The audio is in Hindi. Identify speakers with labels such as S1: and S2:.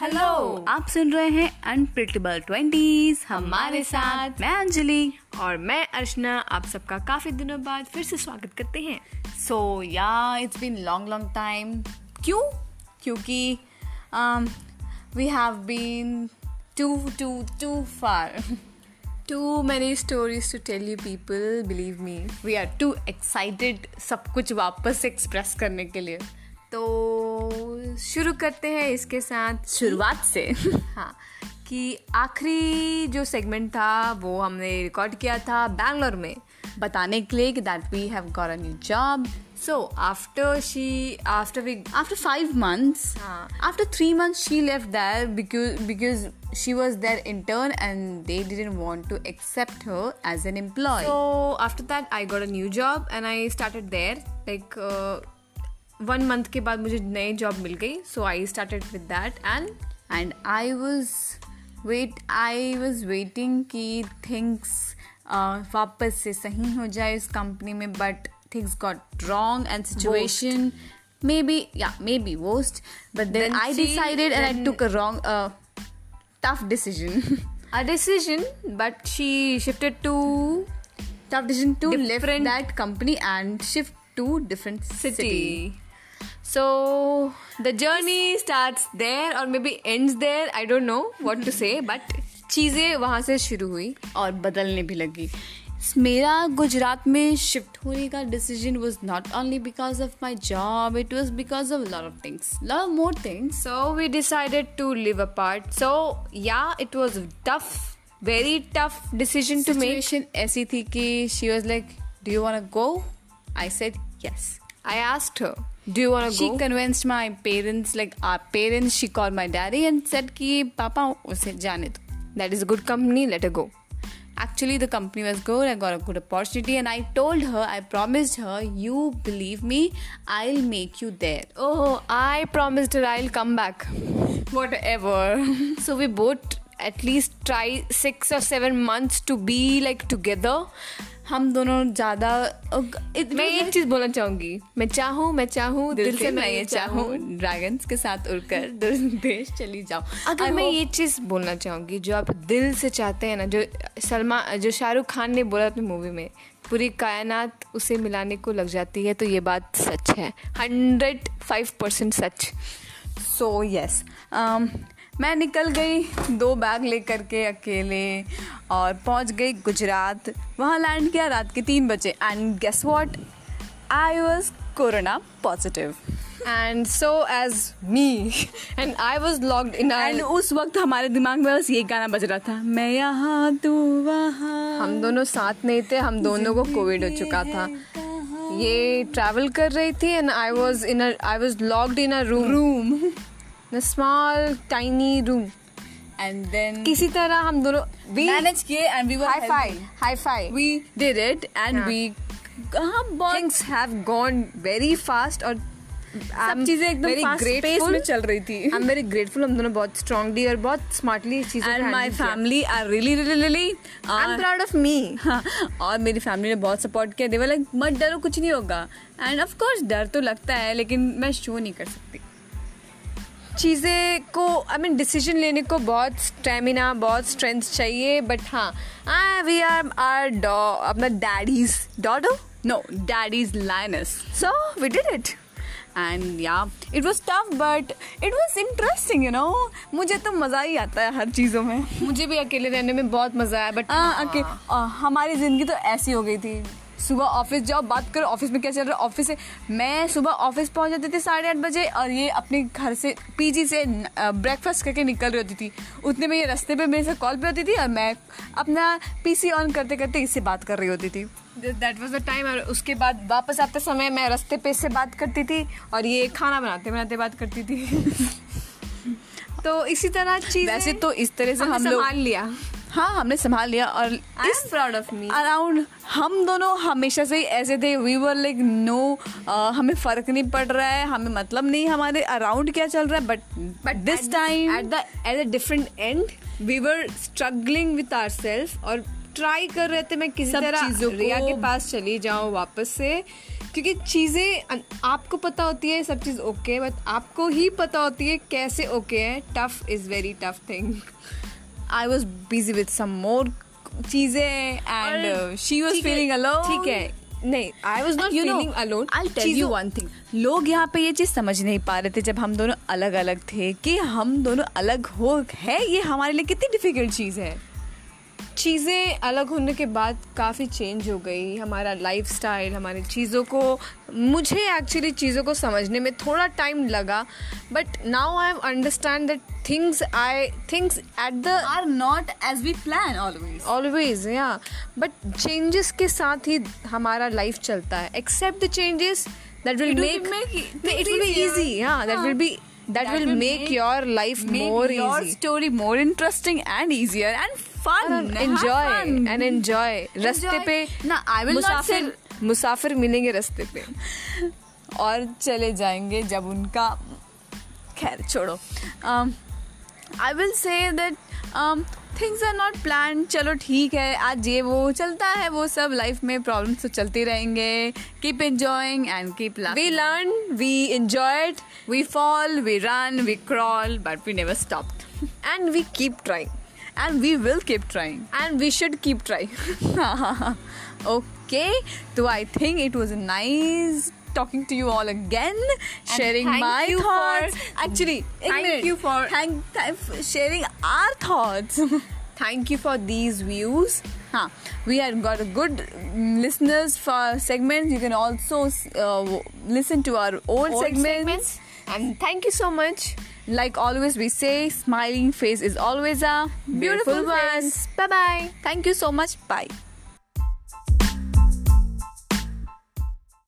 S1: हेलो
S2: तो आप सुन रहे हैं अनप्रिटेबल ट्वेंटीज
S1: हमारे साथ।
S2: मैं अंजलि
S1: और मैं अर्चना आप सबका काफी दिनों बाद फिर से स्वागत करते हैं
S2: so yeah it's been long long time क्यों क्योंकि um, we have been too too too far
S1: too many stories to tell you people believe me
S2: we are too excited सब कुछ वापस एक्सप्रेस करने के लिए
S1: तो शुरू करते हैं इसके साथ
S2: शुरुआत से
S1: हाँ कि आखिरी जो सेगमेंट था वो हमने रिकॉर्ड किया था बैंगलोर में
S2: बताने के लिए कि that we have got a new job
S1: so after she after we
S2: after five months
S1: Ah.
S2: after three months she left there because because she was their intern and they didn't want to accept her as an employee
S1: So after that, I got a new job and I started there. Like uh, one month के बाद मुझे नई job मिल गई. So I started with that and
S2: and i was wait i was waiting कि things uh, वापस से सही हो जाए इस कंपनी में but things got wrong and situation maybe yeah maybe worst but then,
S1: Then
S2: i
S1: she-
S2: decided and i
S1: then-
S2: took a wrong uh, tough decision
S1: a decision. But she shifted to
S2: tough decision to
S1: Different-
S2: left that company and shift to different
S1: city.
S2: city.
S1: So the journey starts there or maybe ends there. I don't know what to say. But चीज़ें वहाँ से शुरू हुई.
S2: और बदलने भी लगी मेरा गुजरात में शिफ्ट होने का decision was not only because of my job it was because of lot of things lot more things
S1: So we decided to live apart. So yeah, it was tough, very tough decision to make.
S2: Situation ऐसी थी कि she was like do you want to go I said yes
S1: I asked her, "Do you want to
S2: she
S1: go?"
S2: convinced my parents like our parents she called my daddy and said कि पापा उसे जाने दो
S1: that is a good company. Let her go.
S2: Actually, the company was good. I got a good opportunity, and I told her, I promised her, you believe me, I'll make you there.
S1: Oh, I promised her I'll come back.
S2: Whatever.
S1: So we both at least try six or seven months to be like together.
S2: हम दोनों ज़्यादा it
S1: मैं एक चीज बोलना चाहूंगी मैं चाहूँ मैं चाहूँ
S2: दिल से मैं ये चाहूँ ड्रैगन्स के साथ उड़कर दूर देश चली जाऊँ
S1: अगर
S2: I
S1: मैं
S2: hope-
S1: ये चीज़ बोलना चाहूँगी जो आप दिल से चाहते हैं ना जो सलमा जो शाहरुख खान ने बोला अपनी मूवी में पूरी कायनात उसे मिलाने को लग जाती है तो ये बात सच है हंड्रेड फाइव परसेंट सच
S2: सो यस Um, मैं निकल गई दो बैग लेकर के अकेले और पहुंच गई गुजरात वहाँ लैंड किया रात के तीन बजे and guess what I was corona positive
S1: and so as me and i was logged in
S2: and
S1: and
S2: उस वक्त हमारे दिमाग में बस ये गाना बज रहा था मैं यहाँ तू वहाँ
S1: हम दोनों साथ नहीं थे हम दोनों को कोविड हो चुका था ये ट्रैवल कर रही थी and I was in I was locked in a room
S2: room
S1: in small tiny room
S2: and then
S1: किसी तरह हम दोनों वी
S2: मैनेज किए and we were
S1: hi fi hi fi
S2: we did it and
S1: हाँ।
S2: वी हाँ बहुत
S1: things have gone very fast और
S2: सब चीजें एकदम फास्ट पेस में चल रही थी
S1: आई एम वेरी ग्रेटफुल हम दोनों बहुत स्ट्रांगली और बहुत स्मार्टली चीजें
S2: एंड माई
S1: handle किया।
S2: Family are really really really
S1: I am proud of me
S2: uh, हाँ और मेरी फैमिली ने बहुत सपोर्ट किया देवर लाइक मत डरो कुछ नहीं होगा एंड ऑफ कोर्स डर तो लगता है लेकिन मैं शो नहीं कर सकती
S1: चीज़ें को आई मीन डिसीजन लेने को बहुत स्टेमिना बहुत स्ट्रेंथ चाहिए बट हाँ वी आर आर डॉ अपना डैडीज डॉडो
S2: नो डैडी इज लाइनस
S1: so we did it
S2: and yeah it was tough but it was interesting you know मुझे तो मज़ा ही आता है हर चीज़ों में
S1: मुझे भी अकेले रहने में बहुत मज़ा आया बट
S2: हाँ ओके हमारी ज़िंदगी तो ऐसी हो गई थी सुबह ऑफिस जाओ बात करो ऑफिस में क्या चल रहा है ऑफिस से मैं सुबह ऑफिस पहुंच जाती थी साढ़े आठ बजे और ये अपने घर से पीजी से ब्रेकफास्ट करके निकल रही होती थी उतने में ये रास्ते पे मेरे से कॉल पे होती थी और मैं अपना पीसी ऑन करते करते इससे बात कर रही होती थी
S1: दैट वॉज द टाइम और उसके बाद वापस आते समय मैं रास्ते पे से बात करती थी और ये खाना बनाते बनाते बात करती थी तो इसी तरह चीज़
S2: वैसे तो इस तरह से हम
S1: हम
S2: लोग
S1: संभाल लिया
S2: हाँ हमने संभाल लिया और
S1: I
S2: is
S1: am proud of me
S2: around हम दोनों हमेशा से ही ऐसे थे वी वर लाइक नो हमें फर्क नहीं पड़ रहा है हमें मतलब नहीं हमारे अराउंड क्या चल रहा है but but this time
S1: at the at a different end we were struggling with ourselves or try कर रहे थे मैं किसी
S2: सब चीजों
S1: तरह
S2: को-
S1: रिया के पास चली जाऊं वापस से क्योंकि चीज़ें आपको पता होती है सब चीज़ ओके बट आपको ही पता होती है कैसे ओके है tough is very tough thing
S2: I was busy with some more चीजें and she was feeling alone
S1: ठीक है नहीं I was not
S2: You know,
S1: feeling alone
S2: I'll tell you one thing. लोग यहाँ पे ये चीज समझ नहीं पा रहे थे जब हम दोनों अलग अलग थे कि हम दोनों अलग हो है ये हमारे लिए कितनी डिफिकल्ट चीज है
S1: चीज़ें अलग होने के बाद काफ़ी चेंज हो गई हमारा लाइफस्टाइल हमारी चीज़ों को मुझे एक्चुअली चीज़ों को समझने में थोड़ा टाइम लगा but now I understand that things I things at the
S2: are not as we plan always
S1: always yeah but changes के साथ ही हमारा लाइफ चलता है accept the changes that will
S2: It will
S1: make
S2: make it
S1: it will be
S2: easier.
S1: Easy हाँ दैट
S2: हाँ.
S1: Will be that
S2: That
S1: will
S2: will
S1: make
S2: make-
S1: your life
S2: make
S1: more
S2: your
S1: easy
S2: story more interesting and easier and fun.
S1: and
S2: Have fun.
S1: enjoy and enjoy रास्ते
S2: Enjoy.
S1: पे
S2: No, I will not
S1: मुसाफिर मुसाफिर मिलेंगे रास्ते पे
S2: और चले जाएंगे जब उनका खैर छोड़ो Um, I will say that um, things are not plan चलो ठीक है आज ये वो चलता है वो सब लाइफ में प्रॉब्लम्स तो चलते रहेंगे keep enjoying and keep
S1: we
S2: life
S1: learn we enjoyed
S2: we fall we run we crawl but we never stop
S1: and we keep trying
S2: and we will keep trying
S1: and we should keep trying
S2: okay so i think it was nice talking to you all again sharing
S1: thank
S2: my
S1: you
S2: thoughts
S1: for-
S2: actually एक
S1: Thank
S2: minute.
S1: you for-
S2: thank, thank for sharing our thoughts
S1: thank you for these views
S2: huh we have got a good mm, listeners for segments you can also uh, listen to our old, segments
S1: and thank you so much
S2: like always we say smiling face is always a beautiful,
S1: Beautiful
S2: one
S1: face. Bye-bye.
S2: thank you so much bye